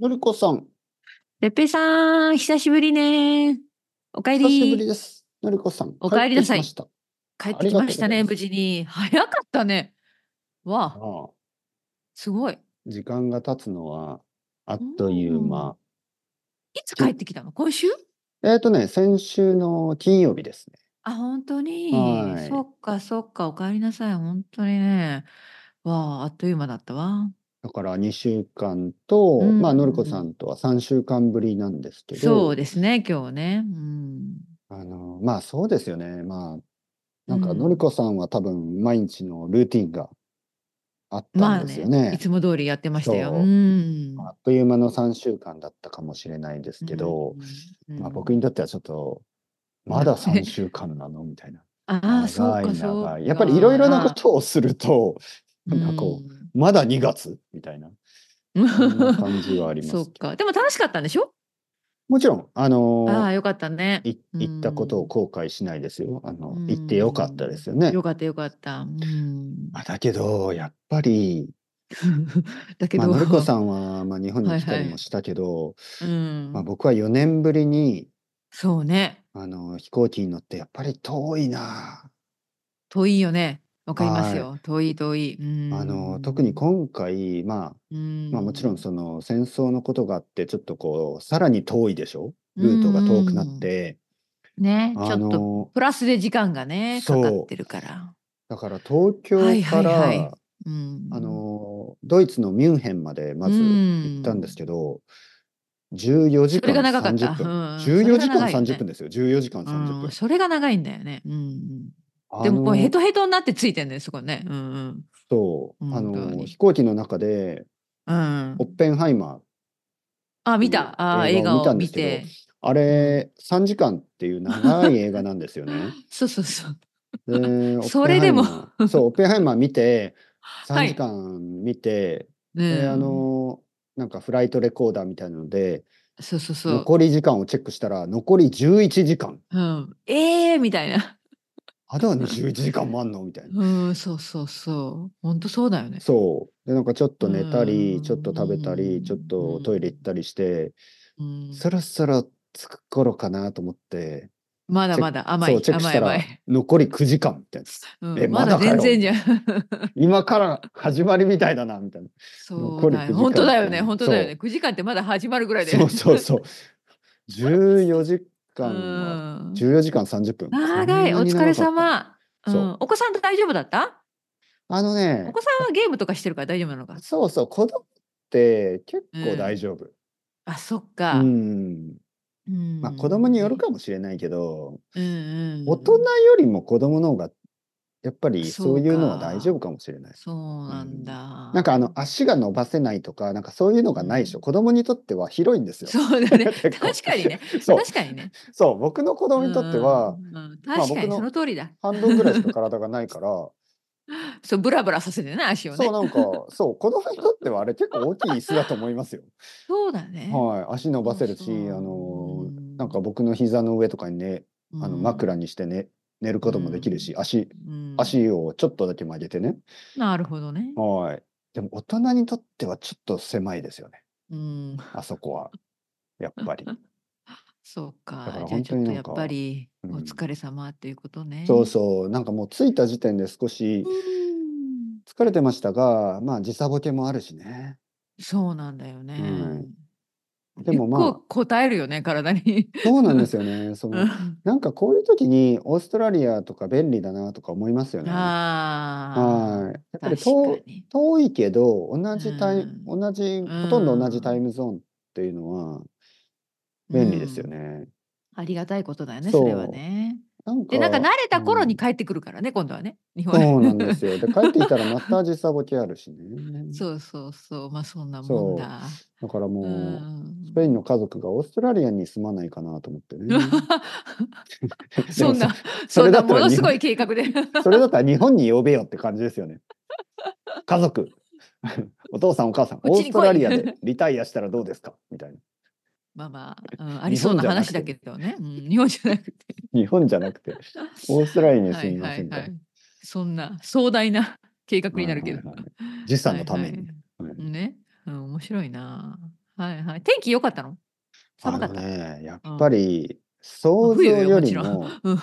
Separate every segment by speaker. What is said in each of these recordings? Speaker 1: のりこさん、
Speaker 2: べっぺさん、久しぶりね。おかえ
Speaker 1: 久しぶり
Speaker 2: り。
Speaker 1: です。のりこさん、
Speaker 2: お帰りなさい
Speaker 1: 帰ってきました
Speaker 2: 帰ってきました
Speaker 1: あり
Speaker 2: ね、
Speaker 1: がとうご
Speaker 2: 無
Speaker 1: ざ
Speaker 2: 事に。早かったね。わあ、
Speaker 1: ああ
Speaker 2: すごい。
Speaker 1: 時間が経つのはあっという間。
Speaker 2: いつ帰ってきたの今週
Speaker 1: えっ、とね、先週の金曜日ですね。
Speaker 2: あ、本当に
Speaker 1: はい。
Speaker 2: そっか、そっか、おかえりなさい。本当にね。わあ、あっという間だったわ。
Speaker 1: だから2週間と、
Speaker 2: うん
Speaker 1: まあ、のりこさんとは3週間ぶりなんですけど、
Speaker 2: そうですね、今日ね。うん。
Speaker 1: あの、まあそうですよね。まあ、なんか
Speaker 2: うん
Speaker 1: のりこさんは多分毎日のルーティンがあった
Speaker 2: まあ
Speaker 1: んですよ
Speaker 2: ね、い
Speaker 1: ね。
Speaker 2: つも通りやってましたよ。
Speaker 1: そう
Speaker 2: う
Speaker 1: ま
Speaker 2: ん。
Speaker 1: ああっという間の3週間だったかもしれないですけど、
Speaker 2: うん、
Speaker 1: まあ、
Speaker 2: うん
Speaker 1: 僕にとってはちょっと、まだ3週間なのみたいな。
Speaker 2: ああ、そう
Speaker 1: 長い
Speaker 2: か、そう
Speaker 1: 長
Speaker 2: か。
Speaker 1: い。やっぱりいろいろなことをすると、なんかこ
Speaker 2: うん
Speaker 1: う、まだ2月みたいなそんな感じはありますけ
Speaker 2: そ
Speaker 1: ど
Speaker 2: うか。でも楽しかったんでしょ
Speaker 1: もちろん、あの
Speaker 2: ああ、
Speaker 1: ー
Speaker 2: よかったね。
Speaker 1: い行ったことを後悔しないですよ。あの、行ってよかったですよ
Speaker 2: うん
Speaker 1: ね
Speaker 2: よ。かったよかった。うん。
Speaker 1: まあ、だけど、やっぱり、
Speaker 2: だけ
Speaker 1: まあ、
Speaker 2: ど、
Speaker 1: のりこさんは、まあ、日本に来た
Speaker 2: はい
Speaker 1: り
Speaker 2: はい
Speaker 1: もしたけど、
Speaker 2: うん
Speaker 1: まあ、僕は4年ぶりに、
Speaker 2: そうね。
Speaker 1: あの、飛行機に乗って、やっぱり遠いな
Speaker 2: 遠いよね。わかります
Speaker 1: は
Speaker 2: よ。遠い遠い。うん
Speaker 1: あの、特に今回、まあ、
Speaker 2: うん
Speaker 1: まあもちろんその戦争のことがあってちょっとこうさらに遠いでしょルートが遠くなって、
Speaker 2: ね、ち
Speaker 1: あ
Speaker 2: ょっと
Speaker 1: の
Speaker 2: プラスで時間がね、か
Speaker 1: そう
Speaker 2: かってるから。
Speaker 1: だから東京
Speaker 2: はいは
Speaker 1: か
Speaker 2: い
Speaker 1: ら、
Speaker 2: はいうん。
Speaker 1: あのドイツのミュンヘンまでまず行ったんですけど、14時
Speaker 2: それ
Speaker 1: 間
Speaker 2: が長かった
Speaker 1: 30分、
Speaker 2: うん
Speaker 1: 14時間
Speaker 2: それが長いよね
Speaker 1: 30分ですよ14時間
Speaker 2: う
Speaker 1: 30分
Speaker 2: ん、、それが長いんだよね。うんうん。
Speaker 1: あ
Speaker 2: でもこ
Speaker 1: の
Speaker 2: うヘトヘトになってついてるんだよ、そこね。うん
Speaker 1: そうあ
Speaker 2: 本当
Speaker 1: の
Speaker 2: に
Speaker 1: 飛行機の中で
Speaker 2: うん。うん
Speaker 1: オッ。ペンハイマー
Speaker 2: あ、見
Speaker 1: っていう
Speaker 2: た。あー、
Speaker 1: 映
Speaker 2: 映
Speaker 1: 画を見た
Speaker 2: 画を
Speaker 1: んで
Speaker 2: 見
Speaker 1: すけど
Speaker 2: て。
Speaker 1: あれ3時間っていう長い映画なんですよね。
Speaker 2: そうそうそう。
Speaker 1: で
Speaker 2: それでも
Speaker 1: オッペンハイマーそうオッペンハイマー見て
Speaker 2: は
Speaker 1: 3
Speaker 2: い
Speaker 1: 時間見て、
Speaker 2: ね
Speaker 1: であのなんかフライトレコーダーみたいなので
Speaker 2: そうそうそう。
Speaker 1: 残り時間をチェックしたら残り11時間
Speaker 2: うん、ええー、みたいな。
Speaker 1: あとは21時間もあんのみたいな。
Speaker 2: うん、そうそうそう。本当そうだよね。
Speaker 1: そうでなんかちょっと寝たり
Speaker 2: うん
Speaker 1: ちょっと食べたりちょっとトイレ行ったりして
Speaker 2: うん、
Speaker 1: そろそろ着く頃かなと思って
Speaker 2: まだまだ甘い
Speaker 1: そうチェックし
Speaker 2: 甘い
Speaker 1: た
Speaker 2: 甘
Speaker 1: ら
Speaker 2: い。
Speaker 1: 残り9時間みたい な
Speaker 2: うん
Speaker 1: え
Speaker 2: ま
Speaker 1: まだ
Speaker 2: だ
Speaker 1: かよ
Speaker 2: 全然じゃん。
Speaker 1: 今から始まりみたいだなみたいな
Speaker 2: そうだ
Speaker 1: 残り9時
Speaker 2: よ。
Speaker 1: 間
Speaker 2: 本当だよ
Speaker 1: って
Speaker 2: ね。
Speaker 1: ね
Speaker 2: 本当だよ
Speaker 1: そ
Speaker 2: ね。9時間ってまだ始まるぐらいだ
Speaker 1: そ
Speaker 2: よね。
Speaker 1: うそうそう 14時間は
Speaker 2: うん
Speaker 1: 14時間30分。
Speaker 2: 長
Speaker 1: そ
Speaker 2: い。
Speaker 1: んな
Speaker 2: お
Speaker 1: に
Speaker 2: 疲れ
Speaker 1: 長かった。
Speaker 2: 様。う、
Speaker 1: そうん
Speaker 2: お子さんと大丈夫だった
Speaker 1: あの
Speaker 2: お
Speaker 1: ね、
Speaker 2: 子さんはゲームとかしてるから大丈夫なのか。
Speaker 1: そうそう、子供って結構大丈夫。
Speaker 2: あ、そっ
Speaker 1: う
Speaker 2: か。
Speaker 1: ん。
Speaker 2: うん
Speaker 1: まあ子供によるかもしれないけど、
Speaker 2: うんうん、
Speaker 1: 大人よりも子供の方が、やっぱりそういうのは
Speaker 2: そうか
Speaker 1: 大丈夫かもしれない。
Speaker 2: そうなんだ。
Speaker 1: なんかあの足が伸ばせないとか、なんかそういうのがないでしょ。
Speaker 2: うん
Speaker 1: 子供にとっては広いんですよ。
Speaker 2: そうだね
Speaker 1: 結構
Speaker 2: 確かにね
Speaker 1: そう、
Speaker 2: 確かにね。
Speaker 1: そう、僕の子供にとっては
Speaker 2: う、んうんうん、
Speaker 1: あ
Speaker 2: 確か
Speaker 1: 僕
Speaker 2: に
Speaker 1: の
Speaker 2: その通りだ。
Speaker 1: 半分ぐらいしか体がないから、
Speaker 2: そうブラブラさせてね足をね。
Speaker 1: そう
Speaker 2: そう
Speaker 1: なんか、そう、子供にとってはあれ結構大きい椅子だと思いますよ。
Speaker 2: だね。
Speaker 1: はい、足伸ばせるし、
Speaker 2: そうそう
Speaker 1: あの
Speaker 2: う
Speaker 1: ー、
Speaker 2: ん
Speaker 1: なんか僕の膝の上とかにね、あの
Speaker 2: うん
Speaker 1: 枕にしてね、寝ることもできるし、足、
Speaker 2: うん
Speaker 1: 足をちょっとだけ曲げてね。
Speaker 2: なるほどね。
Speaker 1: はい。でも大人にとってはちょっと狭いですよね。
Speaker 2: うん、
Speaker 1: あそこは。やっ ぱり。
Speaker 2: そう
Speaker 1: だか。
Speaker 2: からじゃあ
Speaker 1: 本
Speaker 2: ち
Speaker 1: 当
Speaker 2: ょ
Speaker 1: に
Speaker 2: っと
Speaker 1: な
Speaker 2: や
Speaker 1: ん
Speaker 2: っ
Speaker 1: か
Speaker 2: ぱり
Speaker 1: うん
Speaker 2: お疲れ様っていうことね。
Speaker 1: そうそう。なんかもう着いた時点で少し
Speaker 2: うん
Speaker 1: 疲れてましたが、まあ時差ボケもあるしね。
Speaker 2: そうなんだよね。
Speaker 1: でもまあ
Speaker 2: 結構答えるよね体に。
Speaker 1: そうなんですよね。その、
Speaker 2: あ
Speaker 1: なんかこういう時にオーストラリアとか便利だなとか思いますよね。は い。や
Speaker 2: あ
Speaker 1: っ
Speaker 2: ー。
Speaker 1: ぱり
Speaker 2: 確
Speaker 1: 遠
Speaker 2: かに。
Speaker 1: 遠いけど同じタイ、
Speaker 2: う
Speaker 1: 同じ
Speaker 2: ん
Speaker 1: ほとんど同じタイムゾーンっていうのは便利ですよね。
Speaker 2: ありがたいことだよね、
Speaker 1: そう
Speaker 2: それはね。
Speaker 1: なんか
Speaker 2: で、なんか慣れた頃
Speaker 1: う
Speaker 2: に
Speaker 1: ん
Speaker 2: 帰ってくるからね、今度はね、日本
Speaker 1: そうなんで
Speaker 2: ね。
Speaker 1: すよ。で帰ってきたらまた時差ボケあるしね。
Speaker 2: そうそうそう、まあそんなもんだ。
Speaker 1: だから
Speaker 2: う
Speaker 1: もう、スペイ
Speaker 2: ん。
Speaker 1: ンの家族がオーストラリアに住まないかなと思ってね。
Speaker 2: そん
Speaker 1: で
Speaker 2: な
Speaker 1: も、そ
Speaker 2: そ
Speaker 1: れ
Speaker 2: ん
Speaker 1: だ
Speaker 2: な
Speaker 1: った
Speaker 2: も
Speaker 1: ら
Speaker 2: の
Speaker 1: 日
Speaker 2: す
Speaker 1: 本
Speaker 2: ごい計画で。
Speaker 1: それだったら日本に呼べよって感じですよね。家 族、お父さんお母さん、
Speaker 2: う
Speaker 1: オー
Speaker 2: ち
Speaker 1: ス
Speaker 2: に来い
Speaker 1: トラリアでリタイアしたらどうですかみたいな。
Speaker 2: まあまあ、うんありそうな
Speaker 1: 日本じゃなく
Speaker 2: 話
Speaker 1: て
Speaker 2: だけどね、うん日本じゃなくて。
Speaker 1: 日本じゃな くて、オーストラリアに
Speaker 2: は
Speaker 1: 住
Speaker 2: い
Speaker 1: みま
Speaker 2: は
Speaker 1: せん
Speaker 2: い
Speaker 1: か
Speaker 2: は
Speaker 1: ら
Speaker 2: い。そんな壮大な計画になるけど
Speaker 1: はい。はいはい時差のために。
Speaker 2: はいはいね、うん面白いな。はいはい。天気良かったの
Speaker 1: あ
Speaker 2: 寒か
Speaker 1: の
Speaker 2: った。
Speaker 1: ね、や
Speaker 2: う
Speaker 1: っ
Speaker 2: ん
Speaker 1: ぱり想像
Speaker 2: 冬よ
Speaker 1: よ
Speaker 2: も
Speaker 1: り
Speaker 2: ちろん
Speaker 1: も
Speaker 2: うん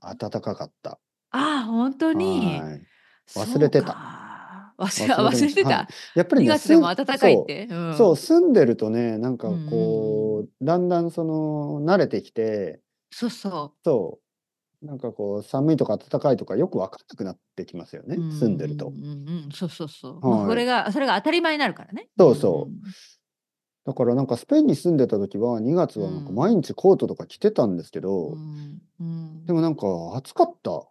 Speaker 1: 暖かか った。
Speaker 2: ああ、本当に。
Speaker 1: はい
Speaker 2: そう
Speaker 1: 忘れてた
Speaker 2: か忘れ、あ忘
Speaker 1: 忘れてま
Speaker 2: れ
Speaker 1: してたは
Speaker 2: た
Speaker 1: い。やっぱり
Speaker 2: 2
Speaker 1: ね、
Speaker 2: 月でも
Speaker 1: 住ん
Speaker 2: 暖かいって。う
Speaker 1: そうんそう、住んでるとね、なんか
Speaker 2: うんうんう
Speaker 1: こう、だんだんその慣れてきて、
Speaker 2: そうそ
Speaker 1: そう、なんかこう、寒いとか暖かいとかよく分かんなくなってきますよ
Speaker 2: う。
Speaker 1: ね、
Speaker 2: う
Speaker 1: 住んでると
Speaker 2: う。んうんうん、そうそうそう。まあ
Speaker 1: はい
Speaker 2: これが、それが当たり前になるからね。
Speaker 1: そうそうんだからなんかスペインに住んでた時は、2月はなんか
Speaker 2: うん
Speaker 1: 毎日コートとか着てたんですけ
Speaker 2: う
Speaker 1: ど、
Speaker 2: ん。うん
Speaker 1: でもなんか暑かった。コ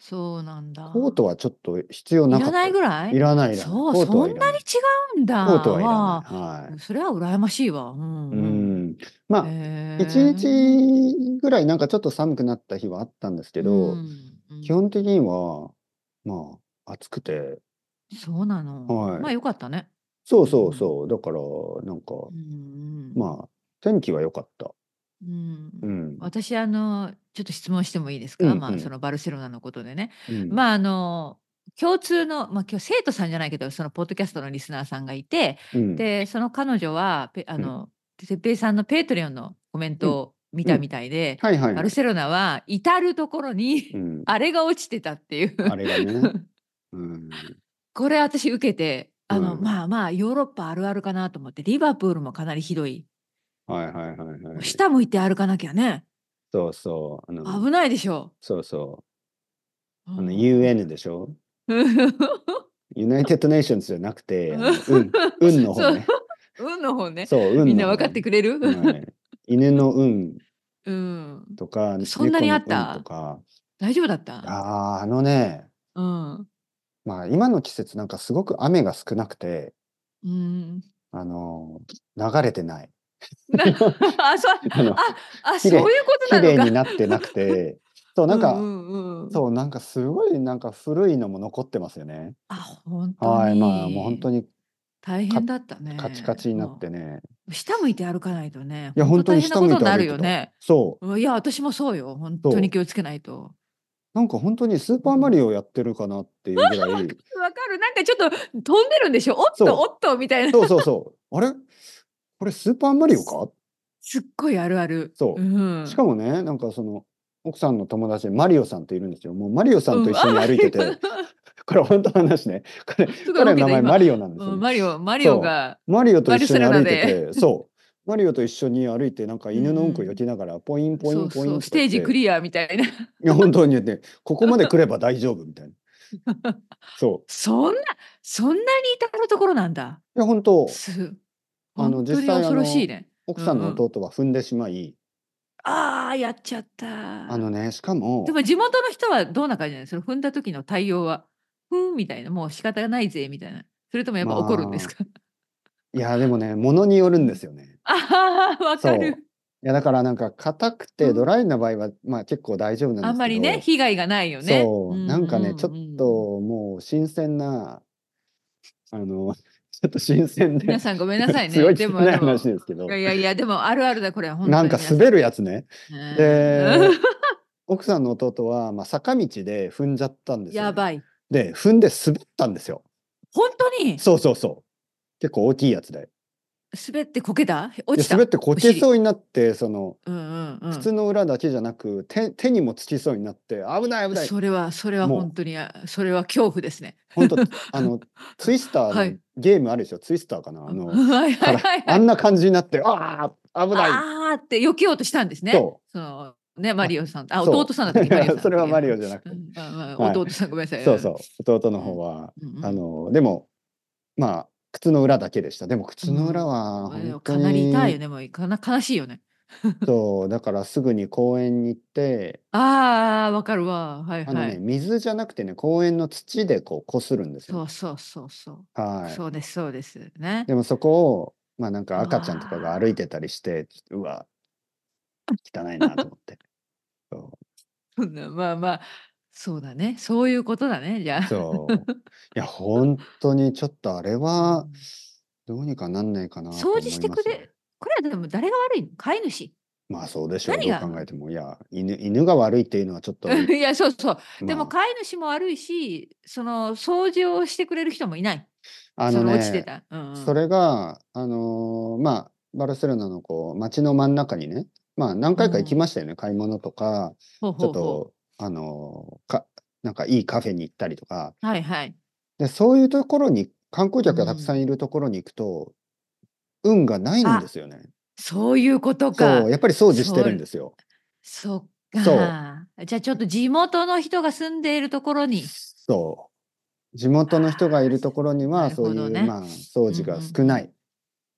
Speaker 2: そうなんだ。
Speaker 1: ートはちょっと必要ないかっ
Speaker 2: ら
Speaker 1: た
Speaker 2: ない
Speaker 1: で
Speaker 2: ぐら
Speaker 1: す。
Speaker 2: い
Speaker 1: らないいらない。
Speaker 2: そう、
Speaker 1: コート
Speaker 2: そ
Speaker 1: はい
Speaker 2: ん
Speaker 1: らな
Speaker 2: なに
Speaker 1: い
Speaker 2: 違うんだ。
Speaker 1: コートはい
Speaker 2: わ
Speaker 1: らない。はい
Speaker 2: あそれは羨ましいわ。うん
Speaker 1: う
Speaker 2: うん。
Speaker 1: ん、まあ、
Speaker 2: へ
Speaker 1: 一
Speaker 2: え
Speaker 1: 日ぐらいなんかちょっと寒くなった日はあったんですけど、
Speaker 2: うんうん
Speaker 1: 基本的には、まあ、暑くて、
Speaker 2: そうなの。
Speaker 1: はい
Speaker 2: まあよかったね。
Speaker 1: そうそうそう、だから、なんか、
Speaker 2: うんうん、
Speaker 1: まあ、天気は良かった。
Speaker 2: うん
Speaker 1: うん。
Speaker 2: 私あのちょっと質問してもいいですか、
Speaker 1: うん
Speaker 2: ま
Speaker 1: う
Speaker 2: あ、
Speaker 1: ん
Speaker 2: そのバルセロナのことでね、
Speaker 1: うん
Speaker 2: まああの共通の、まあ、今日生徒さんじゃないけどそのポッドキャストのリスナーさんがいて
Speaker 1: うん
Speaker 2: でその彼女はペあの哲平さんのペイトリオンのコメントを見たみたいで、
Speaker 1: はいはいは
Speaker 2: バ
Speaker 1: い
Speaker 2: ル。セロナは至る所に、
Speaker 1: うん、
Speaker 2: あれが落ちてたっていう
Speaker 1: あれがね。うん、
Speaker 2: これ私受けてあの、
Speaker 1: うん
Speaker 2: まあまあヨーロッパあるあるかなと思ってリバプールもかなりひどい
Speaker 1: はいはいはいはい。
Speaker 2: 下向いて歩かなきゃね
Speaker 1: そうそう。あの
Speaker 2: 危ないでしょ
Speaker 1: そうそうう。あ
Speaker 2: う
Speaker 1: の
Speaker 2: ん
Speaker 1: UN でしょユナイテッドネーションズじゃなくて、あの運、運の方ね。
Speaker 2: 運の方ね
Speaker 1: そう、運の方
Speaker 2: みんな分かってくれる、
Speaker 1: はい犬の運
Speaker 2: うん
Speaker 1: とか、
Speaker 2: そんなにあった
Speaker 1: 猫の運とか。
Speaker 2: 大丈夫だった
Speaker 1: あーあのね、
Speaker 2: うん
Speaker 1: まあ今の季節なんかすごく雨が少なくて、
Speaker 2: うん、
Speaker 1: あの流れてない。
Speaker 2: なあそう
Speaker 1: あの
Speaker 2: ああそ
Speaker 1: 綺
Speaker 2: うい
Speaker 1: 麗
Speaker 2: うこと
Speaker 1: 綺
Speaker 2: な
Speaker 1: 麗に
Speaker 2: のか
Speaker 1: なってなくて、そうなんか、
Speaker 2: うんうんうん、
Speaker 1: そうなんかすごいなんか古いのも残ってますよね。
Speaker 2: あ本当に
Speaker 1: はい、まあもう本当
Speaker 2: に
Speaker 1: に
Speaker 2: 大変だったね
Speaker 1: カチカチになってね。
Speaker 2: 下向いて歩かないとね、
Speaker 1: いや本当に
Speaker 2: 大変なことになる
Speaker 1: 下
Speaker 2: よ
Speaker 1: 向いて
Speaker 2: ね。
Speaker 1: そう、
Speaker 2: うんいや、私もそうよ。本当に気をつけないと。
Speaker 1: なんか本当にスーパーマリオやってるかなっていうぐらい。
Speaker 2: わかる。なんかちょっと飛んでるんでしょおっ
Speaker 1: そう
Speaker 2: とおっとみたいな。
Speaker 1: そうそうそう。あれこれスーパーマリオか
Speaker 2: すっごいあるある。
Speaker 1: そう
Speaker 2: うん、
Speaker 1: しか
Speaker 2: も、
Speaker 1: もね、なんかその奥さんの友達でマリオさんっているんですよ。もうマリオさんと一緒に歩いてて、これ本当の話ね。彼
Speaker 2: すごい
Speaker 1: 彼の名
Speaker 2: 今
Speaker 1: 前マリオなんですよ、
Speaker 2: うんマリオ、マリオ
Speaker 1: そう
Speaker 2: が。
Speaker 1: マリオと一緒に
Speaker 2: バ
Speaker 1: 歩
Speaker 2: ル
Speaker 1: い
Speaker 2: セロナ
Speaker 1: てて、そう。マリオと一緒に歩いて、なんか犬のうんこ
Speaker 2: うんうん
Speaker 1: よきながら、ポインポイ
Speaker 2: そ
Speaker 1: ン
Speaker 2: う
Speaker 1: ポイン
Speaker 2: そう、ステージク
Speaker 1: リ
Speaker 2: リアみたいな。
Speaker 1: いや、本当にね、ここまで来れば大丈夫みたいな。 そ
Speaker 2: そんな、そんなに至るところなんだ。
Speaker 1: う。いや、本当、
Speaker 2: す
Speaker 1: あの
Speaker 2: 本当
Speaker 1: 実
Speaker 2: に
Speaker 1: 際あの
Speaker 2: 恐ろしいね。
Speaker 1: 奥さんの
Speaker 2: うんうん
Speaker 1: 弟は踏んでしまい、
Speaker 2: ああ、やっちゃった。
Speaker 1: あのね、しかも
Speaker 2: で、も地元の人はどんな感じなんですかその踏んだ時の対応は。ふんみたいな、もう仕方がないぜみたいな。それともやっぱ怒るんですか、
Speaker 1: いや、でもね、ものによるんですよね。
Speaker 2: ああー、わか
Speaker 1: そう
Speaker 2: る。
Speaker 1: いや、だからなんか、硬く
Speaker 2: う
Speaker 1: て
Speaker 2: ん
Speaker 1: ドライな場合は、まあ結構大丈夫なんですけど。
Speaker 2: あんまりね、被害がないよね。
Speaker 1: そう、なんかね、ちょっと
Speaker 2: うん。
Speaker 1: もう新鮮な、あの、 ちょっと新鮮で
Speaker 2: 皆、さんごめんな さいね。
Speaker 1: すごい
Speaker 2: で
Speaker 1: 汚
Speaker 2: も、
Speaker 1: い
Speaker 2: でも
Speaker 1: 話ですけど
Speaker 2: いや、いやいや、でもあるあるだ、これは本当に。
Speaker 1: なんか滑るやつね。
Speaker 2: 皆さん。
Speaker 1: で
Speaker 2: うん、
Speaker 1: 奥さんの弟は、まあ、坂道で踏んじゃったんですよ、ね。
Speaker 2: やばい。
Speaker 1: で、踏んで滑ったんですよ。
Speaker 2: 本当に
Speaker 1: そうそうそう。結構大きいやつで。
Speaker 2: 滑ってこけた
Speaker 1: で
Speaker 2: 落ちた。
Speaker 1: 滑ってこけそうになって、その、
Speaker 2: うんうんうん。
Speaker 1: 靴の裏だけじゃなく、手手にもつきそうになって、危ない危ない。
Speaker 2: それは、それは
Speaker 1: もう
Speaker 2: 本当に、あそれは恐怖ですね。
Speaker 1: 本当あ の、ツイスターの、
Speaker 2: はい
Speaker 1: ゲームあるでしょ、ツイスターかな。あの、
Speaker 2: はいはいはいはい
Speaker 1: あ。んな感じになって、ああ、危ない。
Speaker 2: あーって避けようとしたんですね。
Speaker 1: そ
Speaker 2: のね、マリオさん。あ、
Speaker 1: そう
Speaker 2: 弟さんだったっけマリオさん
Speaker 1: それはマリオじゃなくて
Speaker 2: うんうんうん
Speaker 1: はい
Speaker 2: 弟さん、ごめんなさい。
Speaker 1: そうそう、弟の方は、
Speaker 2: うん。うん
Speaker 1: あの、でも、まあ、靴の裏だけでした。でも、靴の裏は、
Speaker 2: うん
Speaker 1: 本当
Speaker 2: か
Speaker 1: に、
Speaker 2: なり痛いよね。もうかな悲しいよね。
Speaker 1: そう、だからすぐに公園に行って、
Speaker 2: ああ、わかるわ。はい
Speaker 1: あの
Speaker 2: は
Speaker 1: ね、
Speaker 2: い。
Speaker 1: 水じゃなくてね、公園の土でこう、こするんです
Speaker 2: そ
Speaker 1: よ。
Speaker 2: うそうそうそう。
Speaker 1: はい。
Speaker 2: そうです、そうです。ね。
Speaker 1: でもそこを、まあなんか赤ちゃんとか
Speaker 2: うわ
Speaker 1: が
Speaker 2: ー
Speaker 1: 歩いてたりして、うわ、汚いなと思って。そ
Speaker 2: そんなまあまあ、そうだね。そういうことだね。じゃあ。
Speaker 1: う。 そう。いや、本当にちょっとあれは
Speaker 2: うん、
Speaker 1: どうにかなんないかなと
Speaker 2: 掃
Speaker 1: 思い
Speaker 2: 除して
Speaker 1: ま
Speaker 2: く
Speaker 1: すね
Speaker 2: れ。これはでも誰が悪いの飼い主。
Speaker 1: まあそうでしょう。
Speaker 2: 何
Speaker 1: どう
Speaker 2: が
Speaker 1: 考えても。いや、犬犬が悪いっていうのはちょっ と。
Speaker 2: いや、そうそう。で
Speaker 1: まあ
Speaker 2: も飼い主も悪いし、その掃除をしてくれる人もいない。
Speaker 1: あ
Speaker 2: そ
Speaker 1: の
Speaker 2: れ落ちて
Speaker 1: ね、
Speaker 2: た。うんうん
Speaker 1: それが、あのーまあ、バルセロナのこう、街の真ん中にね、まあ、何回か行きましたよね、買い物とか、
Speaker 2: ほうほ
Speaker 1: ちょ
Speaker 2: う
Speaker 1: っ
Speaker 2: ほ
Speaker 1: と、あのーか、なんかいいカフェに行ったりとか、
Speaker 2: うはいはい。
Speaker 1: で、そういうところに、観光客がたくさんいるところに行くと、運がないんですよね。
Speaker 2: そういうことか
Speaker 1: そう、。やっぱり掃除してるんですよ。
Speaker 2: そっ
Speaker 1: そ
Speaker 2: か。じゃあちょっと地元の人が住んでいるところに。
Speaker 1: そう。地元の人がいるところに
Speaker 2: あ
Speaker 1: は、
Speaker 2: ー
Speaker 1: そうい
Speaker 2: なる
Speaker 1: う、
Speaker 2: ほどね
Speaker 1: まあ、掃除が少ない。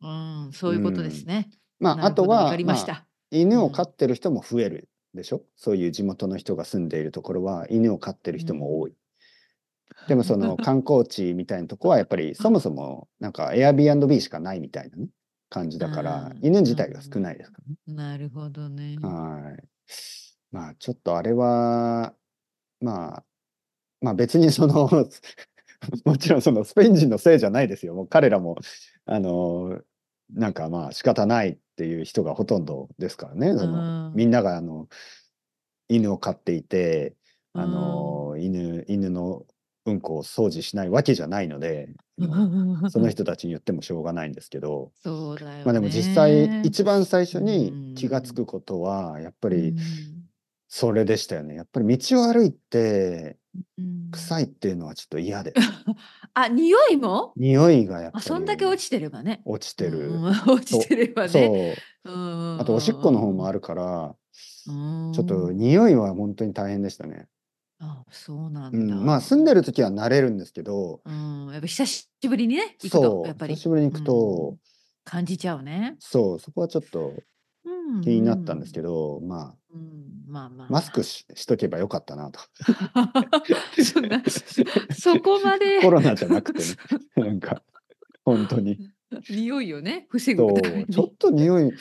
Speaker 2: うん、そういうことですね。
Speaker 1: まあ、
Speaker 2: な
Speaker 1: あ
Speaker 2: るほ
Speaker 1: と
Speaker 2: どわ
Speaker 1: は
Speaker 2: か、り
Speaker 1: ま
Speaker 2: まし
Speaker 1: あ、
Speaker 2: た。
Speaker 1: 犬
Speaker 2: う
Speaker 1: を
Speaker 2: ん
Speaker 1: 飼ってる人も増えるでしょ、そういう地元の人が住んでいるところは犬を飼ってる人も多い。でもその 観光地みたいなとこはやっぱりそもそもなんか Airbnb しかないみたいなね感じだから
Speaker 2: うん
Speaker 1: 犬自体が少ないですからね。
Speaker 2: なるほどね。
Speaker 1: はい。まあちょっとあれは、まあ、まあ別にその、 もちろんそのスペイン人のせいじゃないですよ。もう彼らも、あの、なんかまあ仕方ないっていう人がほとんどですからね。その
Speaker 2: うん
Speaker 1: みんながあの、犬を飼っていて、あ
Speaker 2: う
Speaker 1: の、犬、犬のうんこを掃除しないわけじゃないので、あの
Speaker 2: ん、
Speaker 1: その人たちに言ってもしょうがないんですけど、
Speaker 2: そうだよね。
Speaker 1: まあでも実際
Speaker 2: やっ
Speaker 1: 一番最初に気がつくことはやっぱ
Speaker 2: ぱ
Speaker 1: りそれでしたよね。やっぱり道を歩いて臭いっていうのはちょっと嫌で
Speaker 2: あ、匂いも
Speaker 1: 匂いがやっぱ
Speaker 2: あ
Speaker 1: り
Speaker 2: そんだけ落
Speaker 1: ち
Speaker 2: ちてればね。
Speaker 1: 落ちてる、
Speaker 2: うん 落ちてればね。
Speaker 1: そう
Speaker 2: あ
Speaker 1: あとおしっこの方もある
Speaker 2: る。
Speaker 1: からち
Speaker 2: ち
Speaker 1: ょ
Speaker 2: ょ
Speaker 1: っと匂いは本当に大変でしたね、
Speaker 2: あそうな
Speaker 1: うん
Speaker 2: だ。
Speaker 1: んまあ住んでる時は慣れるんですけど
Speaker 2: うん、やっぱ久しぶりにね、行く
Speaker 1: そ
Speaker 2: と
Speaker 1: う、
Speaker 2: やっ
Speaker 1: 久
Speaker 2: ぱり
Speaker 1: しぶりに行くと、
Speaker 2: うん感じちゃうね。
Speaker 1: そうそこはちょっと
Speaker 2: うん
Speaker 1: 気になったんですけ
Speaker 2: ど。
Speaker 1: ど、ま
Speaker 2: うん、まあまあ。
Speaker 1: あマスクししとけばよかったなと
Speaker 2: そんな、 そこま で
Speaker 1: コロナじゃなくてねなんか本当に
Speaker 2: 匂いをね、防
Speaker 1: そ
Speaker 2: ぐため
Speaker 1: う
Speaker 2: に。
Speaker 1: ちょっと匂い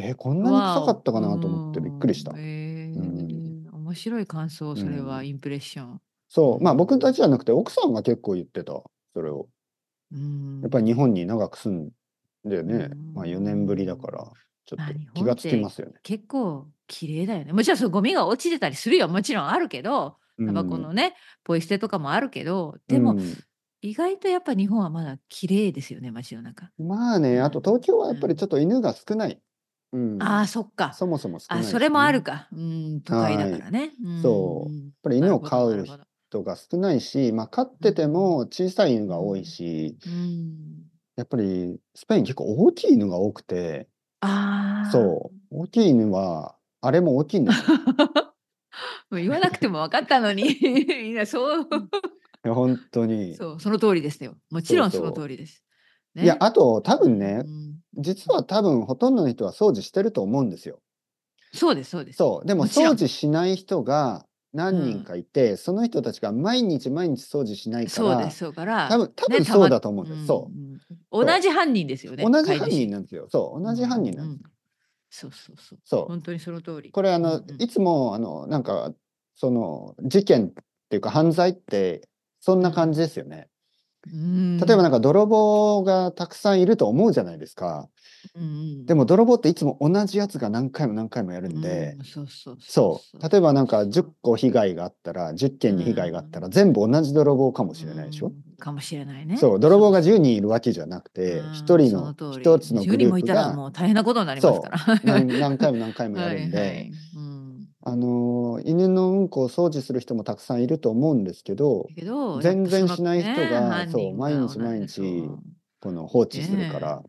Speaker 1: えこんなに臭かったかな
Speaker 2: わお
Speaker 1: と思ってびっくりした
Speaker 2: うん。えー
Speaker 1: うん
Speaker 2: 面白い感想、それは、
Speaker 1: うん
Speaker 2: インプレッション。
Speaker 1: そう、まあ僕たちじゃなくて奥さんが結構言ってた、それを。
Speaker 2: うん、
Speaker 1: やっぱり日本に長く住んでね、
Speaker 2: うん
Speaker 1: まあ4年ぶりだから、ちょ
Speaker 2: まあ
Speaker 1: っ
Speaker 2: 日
Speaker 1: と
Speaker 2: 本
Speaker 1: 気がつきますよね。
Speaker 2: 結構綺麗だよね。もちろんそのゴミが落ちてたりするよ。もちろんあるけど、タバコのね、ポイ捨てとかもあるけど、でも、
Speaker 1: うん
Speaker 2: 意外とやっぱ日本はまだ綺麗ですよね、街の中。
Speaker 1: まあね、あと東京はやっぱりちょっと犬が少ない。うん、
Speaker 2: ああ、そっか。
Speaker 1: そもそも少ない
Speaker 2: あ、
Speaker 1: ですね、
Speaker 2: それもあるか。うん、都会だからね。
Speaker 1: そう
Speaker 2: うん。
Speaker 1: やっぱり犬を飼
Speaker 2: なる
Speaker 1: う
Speaker 2: ほどなるほ
Speaker 1: 人が少ないし、まあ飼ってても小さい犬が多いし、
Speaker 2: どうん。
Speaker 1: やっぱりスペイン結構大きい犬が多くて、
Speaker 2: ああ。
Speaker 1: そう、大きい犬は、あれも大きいんだよ。
Speaker 2: もう言わなくても分かったのに みんなそう
Speaker 1: いや本当に。
Speaker 2: そうその通りですよもちろん
Speaker 1: そ
Speaker 2: そう
Speaker 1: そう
Speaker 2: の通りです、
Speaker 1: いや、あと多
Speaker 2: 多
Speaker 1: 分ね、実は多分ほとんどの人は掃除してると思うんですよ。
Speaker 2: そうですそうです
Speaker 1: そう。でも
Speaker 2: もちろん
Speaker 1: 掃除しない人が何人かいて、その人たちが毎日毎日掃除しないか
Speaker 2: そう
Speaker 1: ら、
Speaker 2: ですそうから
Speaker 1: 多分多
Speaker 2: ね
Speaker 1: 分
Speaker 2: たま
Speaker 1: そうだと思うんです。そ
Speaker 2: んうん同じ犯人ですよ
Speaker 1: う。
Speaker 2: ね
Speaker 1: 同じ
Speaker 2: 飼い主
Speaker 1: 犯人なんですよ。そう。同じ犯人なん
Speaker 2: う
Speaker 1: で
Speaker 2: う
Speaker 1: す。
Speaker 2: そうそうそう
Speaker 1: そう。
Speaker 2: 本当にその通り
Speaker 1: これあの、
Speaker 2: うんうん
Speaker 1: いつもあの、なんか、その事件っていうか犯罪ってそんな感じですよね。
Speaker 2: うん
Speaker 1: 例えばなんか泥棒がたくさんいると思うじゃないですか。
Speaker 2: うんうん
Speaker 1: でも泥棒っていつも同じやつが何回も何回もやるんで、
Speaker 2: うんそうそう
Speaker 1: そう。例えばなんか10
Speaker 2: 個
Speaker 1: 個被害があったら、10件に被害があったら、全部同じ泥棒かもしれないでしょ、
Speaker 2: かもしれないね
Speaker 1: そう、泥棒が10人いるわけじゃなくて、
Speaker 2: うん
Speaker 1: 1
Speaker 2: そ
Speaker 1: 人の、
Speaker 2: 通り
Speaker 1: 1つのグ
Speaker 2: 10人
Speaker 1: ル
Speaker 2: も
Speaker 1: ー
Speaker 2: い
Speaker 1: プ
Speaker 2: たら
Speaker 1: が
Speaker 2: もう大変なことになりますから。
Speaker 1: 何何回も何回もや
Speaker 2: は
Speaker 1: る
Speaker 2: い
Speaker 1: んで、
Speaker 2: はい。うん。
Speaker 1: あのー犬のうんこを掃除する人もたくさんいると思うんですけど
Speaker 2: だ、けど
Speaker 1: 全然
Speaker 2: やっぱその
Speaker 1: しない人が
Speaker 2: ね
Speaker 1: そう
Speaker 2: 犯人が
Speaker 1: 毎日毎日
Speaker 2: そう
Speaker 1: この放置するから。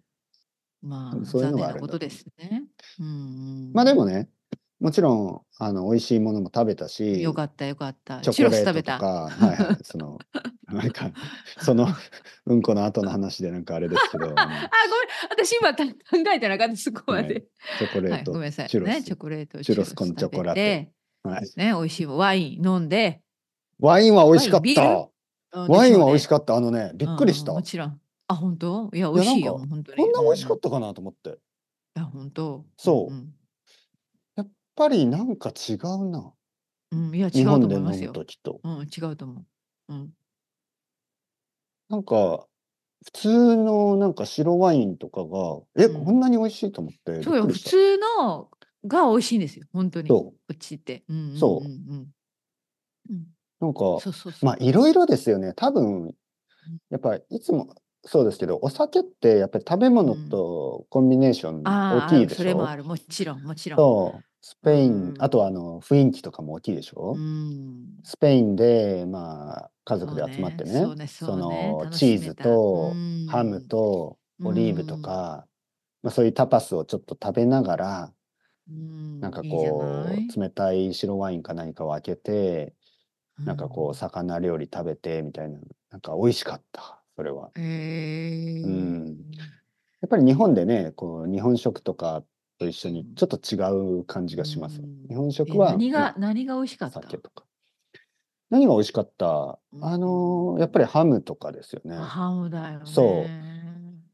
Speaker 2: まあ
Speaker 1: そういうのがあるんだ
Speaker 2: 残念な
Speaker 1: と思う
Speaker 2: ことですね。うんうん。
Speaker 1: まあでもね、もちろん、あの、美味しいものも食べたし、
Speaker 2: よかったよかった。
Speaker 1: チ
Speaker 2: チ
Speaker 1: ョ
Speaker 2: ュロ
Speaker 1: コレ
Speaker 2: ス
Speaker 1: ート
Speaker 2: 食べ
Speaker 1: とか、
Speaker 2: た。
Speaker 1: はいはい、その、 なんか、その、うんこの後の話でなんかあれですけど、あの
Speaker 2: あごめん私今た考えてなかったそこまで。
Speaker 1: チョコレ
Speaker 2: は
Speaker 1: ー
Speaker 2: い
Speaker 1: ト、
Speaker 2: ごめんなさい。
Speaker 1: チュロス
Speaker 2: ねチョコレート
Speaker 1: チュロスコンチョコラテ。
Speaker 2: チュロ
Speaker 1: は
Speaker 2: ス
Speaker 1: い
Speaker 2: 食べてね美味しいワイン飲んで。
Speaker 1: ワインは美味しかっ
Speaker 2: ワインビー
Speaker 1: た。ワインは美味し
Speaker 2: かっ
Speaker 1: かった。あのね、びっくりした。
Speaker 2: もちろん。あ本当いや
Speaker 1: い
Speaker 2: 美
Speaker 1: や
Speaker 2: 味しいよ
Speaker 1: な
Speaker 2: 本当に。
Speaker 1: こんな美味しか
Speaker 2: う
Speaker 1: ったかなと思って。やっ
Speaker 2: あ本当
Speaker 1: そう
Speaker 2: うん
Speaker 1: ぱりなんか違うな。
Speaker 2: うん、いや違
Speaker 1: 日
Speaker 2: うと
Speaker 1: 本
Speaker 2: 思
Speaker 1: で
Speaker 2: い
Speaker 1: 飲
Speaker 2: ます
Speaker 1: む
Speaker 2: よ。
Speaker 1: ときと。
Speaker 2: うん、違うと思う。うん、
Speaker 1: なんか、普通のなんか白ワインとかが、え、
Speaker 2: うん
Speaker 1: こんなに美味しいと思って。
Speaker 2: そうよ、
Speaker 1: びっく
Speaker 2: 普
Speaker 1: りした
Speaker 2: 通のが美味しいんですよ、本当に。
Speaker 1: そ
Speaker 2: 落ちて。うんんんん
Speaker 1: そう
Speaker 2: うん。
Speaker 1: う。なんか、
Speaker 2: そうそうそう。
Speaker 1: まあいろいろですよね。多分、やっぱりいつもそうですけど、お酒ってやっぱり食べ物とコンビネーション大
Speaker 2: ああ
Speaker 1: きい
Speaker 2: ある
Speaker 1: で
Speaker 2: そ
Speaker 1: し
Speaker 2: れ
Speaker 1: ょ
Speaker 2: もあるもちろんもちろん。
Speaker 1: そう、スペイン、
Speaker 2: うん
Speaker 1: あとはあの雰囲気とかも大きいでしょ
Speaker 2: うん
Speaker 1: スペインで、まあ、家族で集まってね、
Speaker 2: そうねそうねそうね
Speaker 1: その
Speaker 2: 楽
Speaker 1: チ
Speaker 2: しめ
Speaker 1: ー
Speaker 2: た
Speaker 1: ズと
Speaker 2: うん
Speaker 1: ハムとオリーブとか、まあ、そういうタパスをちょっと食べながら、
Speaker 2: うん
Speaker 1: なんか
Speaker 2: いいじゃ
Speaker 1: こ、
Speaker 2: ないう
Speaker 1: 冷たい白ワインか何かを開けて、なんかこ
Speaker 2: う
Speaker 1: う、魚料理食べてみたいな、なんか美味しかった、それは。
Speaker 2: へえ
Speaker 1: うんやっぱり日本でね、こう、日本食とかと一緒にちょっと違う感じがします。
Speaker 2: うん
Speaker 1: 日本食
Speaker 2: え
Speaker 1: は、
Speaker 2: 何が
Speaker 1: うん
Speaker 2: 何が美味しかった
Speaker 1: 酒とか。何が美味しかった
Speaker 2: うん
Speaker 1: あのーやっぱりハムとかですよね。
Speaker 2: ハムだよね
Speaker 1: そう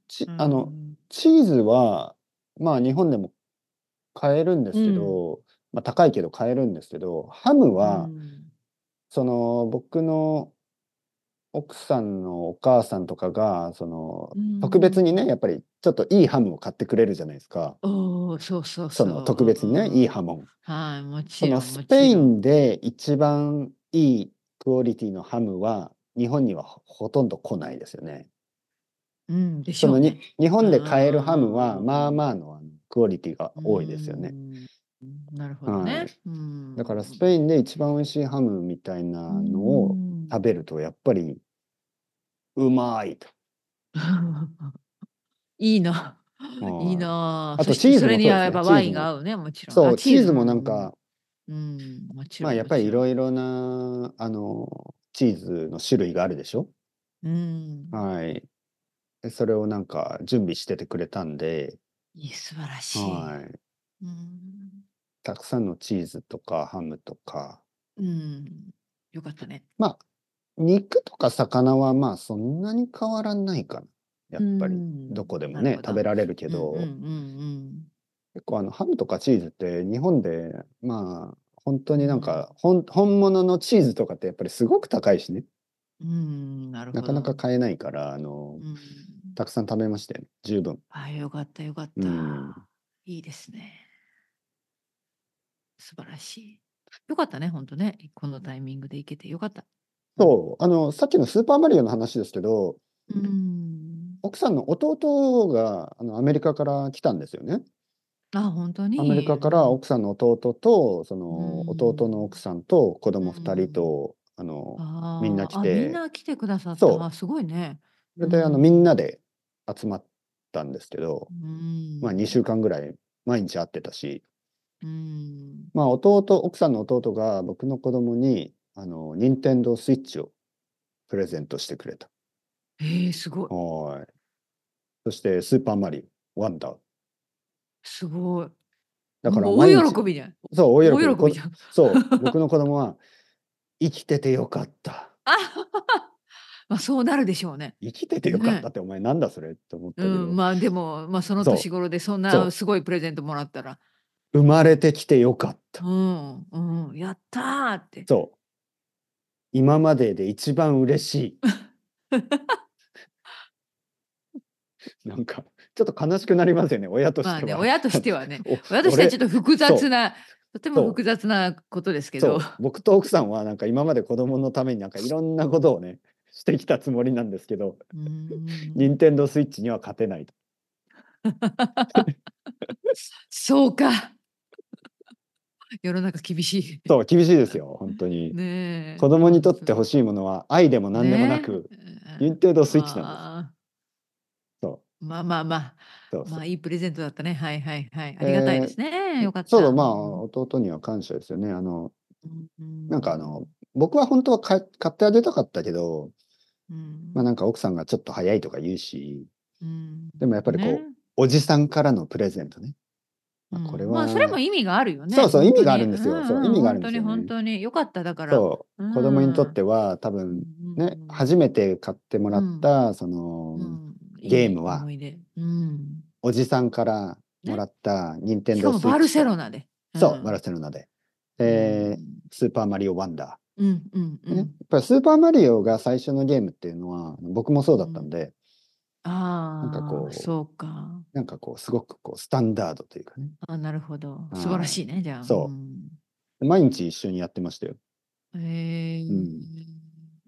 Speaker 1: ちあの、チーズは、まあ日本でも買えるんですけど、まあ高いけど買えるんですけど、ハムは、その僕の奥さんのお母さんとかが、その、特別
Speaker 2: に
Speaker 1: にね、やっぱりちょっといいハムを買ってくれるじゃないですか。
Speaker 2: おおそうそう
Speaker 1: そうの特別にね、いいハムを。
Speaker 2: はいも
Speaker 1: そ
Speaker 2: ちろ
Speaker 1: の
Speaker 2: ん
Speaker 1: スペイ
Speaker 2: も
Speaker 1: ンで一番いいクオリティのハムは日本にはほほとんど来ないですよね。
Speaker 2: ちろんうんでし
Speaker 1: そ
Speaker 2: ょ
Speaker 1: の
Speaker 2: う
Speaker 1: に、
Speaker 2: ね
Speaker 1: 日本で買えるハムは
Speaker 2: うん
Speaker 1: まあまあのあのクオリティが多いですよね。
Speaker 2: うんなるほど
Speaker 1: は
Speaker 2: ね
Speaker 1: い
Speaker 2: うん
Speaker 1: だからスペインで一番美味しいハムみたいなのを
Speaker 2: うん
Speaker 1: 食べるとやっぱりうまいと。
Speaker 2: いいな。いい
Speaker 1: はい
Speaker 2: な。
Speaker 1: あと
Speaker 2: そして
Speaker 1: チーズも
Speaker 2: それに
Speaker 1: そうですね
Speaker 2: はやっ
Speaker 1: チーズ
Speaker 2: ぱ
Speaker 1: も
Speaker 2: ワインが合うね、もちろん。
Speaker 1: そ
Speaker 2: あ
Speaker 1: う、チーズもなんか、、
Speaker 2: うん、うんもちろ
Speaker 1: ま
Speaker 2: ん。
Speaker 1: あやっぱりい
Speaker 2: い
Speaker 1: ろいろな、あの、チーズの種類があるでしょ
Speaker 2: ろ。うん。
Speaker 1: はい。でそれをなんか準備しててくれたんで、
Speaker 2: いい素晴らしい。
Speaker 1: はい。
Speaker 2: うん。
Speaker 1: たくさんのチーズとかハムとか、
Speaker 2: うん。よかったね。
Speaker 1: まあ、肉とか魚はまあそんなに変わらないかな。やっぱり、
Speaker 2: うん
Speaker 1: どこでも
Speaker 2: なる
Speaker 1: ね
Speaker 2: ほ、ど
Speaker 1: 食べられるけど、
Speaker 2: うんうんうん
Speaker 1: 結構あの、ハムとかチーズって日本で、まあ、本当になんか、本本物のチーズとかってやっぱりすごく高いしね、
Speaker 2: うん。うん、なるほ
Speaker 1: な
Speaker 2: ど。
Speaker 1: かなか買えないから、あの、
Speaker 2: うん。
Speaker 1: たくさん食べましたよね、十分。
Speaker 2: あ、よかったよかっ
Speaker 1: うん
Speaker 2: た。いいですね。素晴らしい。よかったね、本当ね。このタイミングで行けてよかった。
Speaker 1: そう、あの、さっきのスーパーマリオの話ですけど、
Speaker 2: うん。
Speaker 1: 奥さんの弟があのアメリカから来たんですよね。
Speaker 2: あ、本当に。
Speaker 1: アメリカから奥さんの弟と、その
Speaker 2: うん
Speaker 1: 弟の奥さんと子供二
Speaker 2: う
Speaker 1: 人
Speaker 2: ん
Speaker 1: と、あの、
Speaker 2: あ
Speaker 1: みんな
Speaker 2: ー
Speaker 1: 来
Speaker 2: あ
Speaker 1: て
Speaker 2: みんな来てくださっ
Speaker 1: そう
Speaker 2: た。あすごいね。
Speaker 1: それであの
Speaker 2: うん
Speaker 1: みんなで集まったんですけど
Speaker 2: う、ん。
Speaker 1: まあ2週間ぐらい毎日会ってたし、
Speaker 2: うん。
Speaker 1: まあ弟、奥さんの弟が僕の子供に、あの、任天堂スイッチをプレゼントしてくれた。
Speaker 2: えー、すごい。
Speaker 1: はーい。そしてスーパーマリオ、ワンダー。
Speaker 2: すごい。
Speaker 1: だから
Speaker 2: もう
Speaker 1: 毎
Speaker 2: 大
Speaker 1: 日
Speaker 2: 喜びじゃん。
Speaker 1: そう、大喜び。
Speaker 2: 大喜びじゃん。
Speaker 1: そう、 僕の子供は、生きててよかった。
Speaker 2: あまあそうなるでしょうね。
Speaker 1: 生きててよかったって、お前なんだそれって思った
Speaker 2: う
Speaker 1: けど、
Speaker 2: ん、まあでも、まあその
Speaker 1: そう
Speaker 2: 年頃でそん
Speaker 1: そ
Speaker 2: な
Speaker 1: う
Speaker 2: すごいプレゼントもらったら、
Speaker 1: 生まれてきてよかった。
Speaker 2: うん、うん、やったーって。
Speaker 1: そう。今までで一番嬉し い。なんか、ちょっと悲しくなりますよね、親として
Speaker 2: ま
Speaker 1: は。
Speaker 2: あね、親としてはね、
Speaker 1: お
Speaker 2: 親としてはちょ
Speaker 1: 俺
Speaker 2: っと複
Speaker 1: そ
Speaker 2: 雑
Speaker 1: う
Speaker 2: な、とて
Speaker 1: そう
Speaker 2: も複雑なことですけ
Speaker 1: そ
Speaker 2: ど
Speaker 1: う、僕と奥さんはなんか今まで子供のためになんかいろんなことを ねしてきたつもりなんですけど
Speaker 2: うん
Speaker 1: 任天堂スイッチには勝てないと
Speaker 2: そうか。 世の中厳し
Speaker 1: そう厳しいですよ本当に
Speaker 2: い。、ねえ。
Speaker 1: 子供にとって欲しいものは愛でも何でもなく、任天堂
Speaker 2: ド
Speaker 1: スイッチなんで
Speaker 2: ん
Speaker 1: すそう
Speaker 2: です。まあまあまあ、
Speaker 1: すそうそう
Speaker 2: まあいいプレゼントだったね。はいはいはい。ありがたいですね。よかった。
Speaker 1: そうだまあ弟には感謝ですよねあの
Speaker 2: うん
Speaker 1: なんかあの、僕は本当は買買ってあげたかったけど、
Speaker 2: うん
Speaker 1: まあ、なんか奥さんがちょっと早いとか言うし
Speaker 2: うん
Speaker 1: でもやっぱりこう
Speaker 2: ね
Speaker 1: おじさんからのプレゼントね、まあ
Speaker 2: うん
Speaker 1: これは、
Speaker 2: まあそれも意味があるよね。
Speaker 1: そうそう
Speaker 2: 本当
Speaker 1: 意
Speaker 2: に
Speaker 1: 味があるんですよそう意味があるんですよね
Speaker 2: 本当に本当によかっただから。
Speaker 1: そう
Speaker 2: うん
Speaker 1: 子供にとっては多分ね、初めて買ってもらった、その、
Speaker 2: うん
Speaker 1: ゲームはい
Speaker 2: い思い出うん
Speaker 1: おじさんからもらった任天
Speaker 2: しか
Speaker 1: 堂
Speaker 2: も
Speaker 1: スイッチと
Speaker 2: バルセロナで。
Speaker 1: そう、バ
Speaker 2: ル
Speaker 1: ルセロナで。えースーパーマリオワンダ
Speaker 2: うんうん
Speaker 1: ー、ね
Speaker 2: う
Speaker 1: やっ
Speaker 2: ん。
Speaker 1: ぱりスーパーマリオが最初のゲームっていうのは、僕もそうだったんで、
Speaker 2: あ
Speaker 1: なんかこ
Speaker 2: あ、
Speaker 1: う
Speaker 2: そうか。
Speaker 1: なんかこう、すごくこう、スタンダードというかね。
Speaker 2: あなるほど。
Speaker 1: はい
Speaker 2: 素晴らしいね、じゃあ。
Speaker 1: そうん毎日一緒にやってましたよ。
Speaker 2: へえ
Speaker 1: うん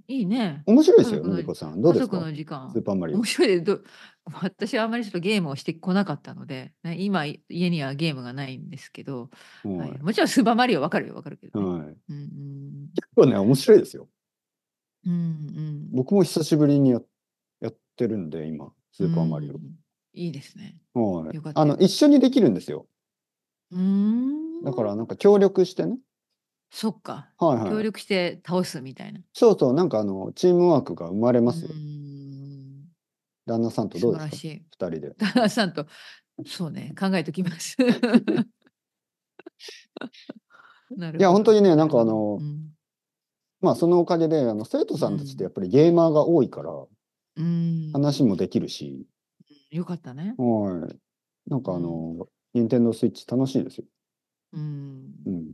Speaker 2: いいね。
Speaker 1: 面白いですよ、
Speaker 2: 家族の
Speaker 1: のりこさん。どうです
Speaker 2: 家
Speaker 1: か
Speaker 2: 族の時間
Speaker 1: スー。パーマリオ
Speaker 2: 面。白いでど 私はあまりちょっとゲームをしてこなかったので、ね、今い家にはゲームがないんですけど、
Speaker 1: は
Speaker 2: はい
Speaker 1: い。
Speaker 2: もちろん「スーパーマリオ」わかるよわかるけど、ね
Speaker 1: はい。
Speaker 2: うんうん
Speaker 1: 結構ね、面白いですよ。
Speaker 2: うんうん
Speaker 1: 僕も久しぶりにややってるんで、今、スーパーマリ
Speaker 2: うんいいですね。
Speaker 1: オ。はい
Speaker 2: よか。った
Speaker 1: あの、一緒にできるんですよ。
Speaker 2: うーん
Speaker 1: だから、なんか協力してね。
Speaker 2: そっか
Speaker 1: はい
Speaker 2: 協
Speaker 1: はい。
Speaker 2: 力して倒すみたいな。
Speaker 1: そうそう、なんかあの、チームワークが生まれますよ
Speaker 2: う。ん
Speaker 1: 旦那さんとどう
Speaker 2: 素晴
Speaker 1: で
Speaker 2: ら
Speaker 1: す
Speaker 2: し
Speaker 1: か
Speaker 2: い。
Speaker 1: 二人で。
Speaker 2: 旦那さんとそうね考えと きます。なるほど
Speaker 1: いや本当にねなんかあの
Speaker 2: うん
Speaker 1: まあ、そのおかげで、あの、生徒さんたちってやっぱりゲーマーが多いから、
Speaker 2: うん、
Speaker 1: 話もできるし、
Speaker 2: よかったね。
Speaker 1: はい。なんかあの、任天堂スイッチ楽しいですよ。
Speaker 2: うん
Speaker 1: うん。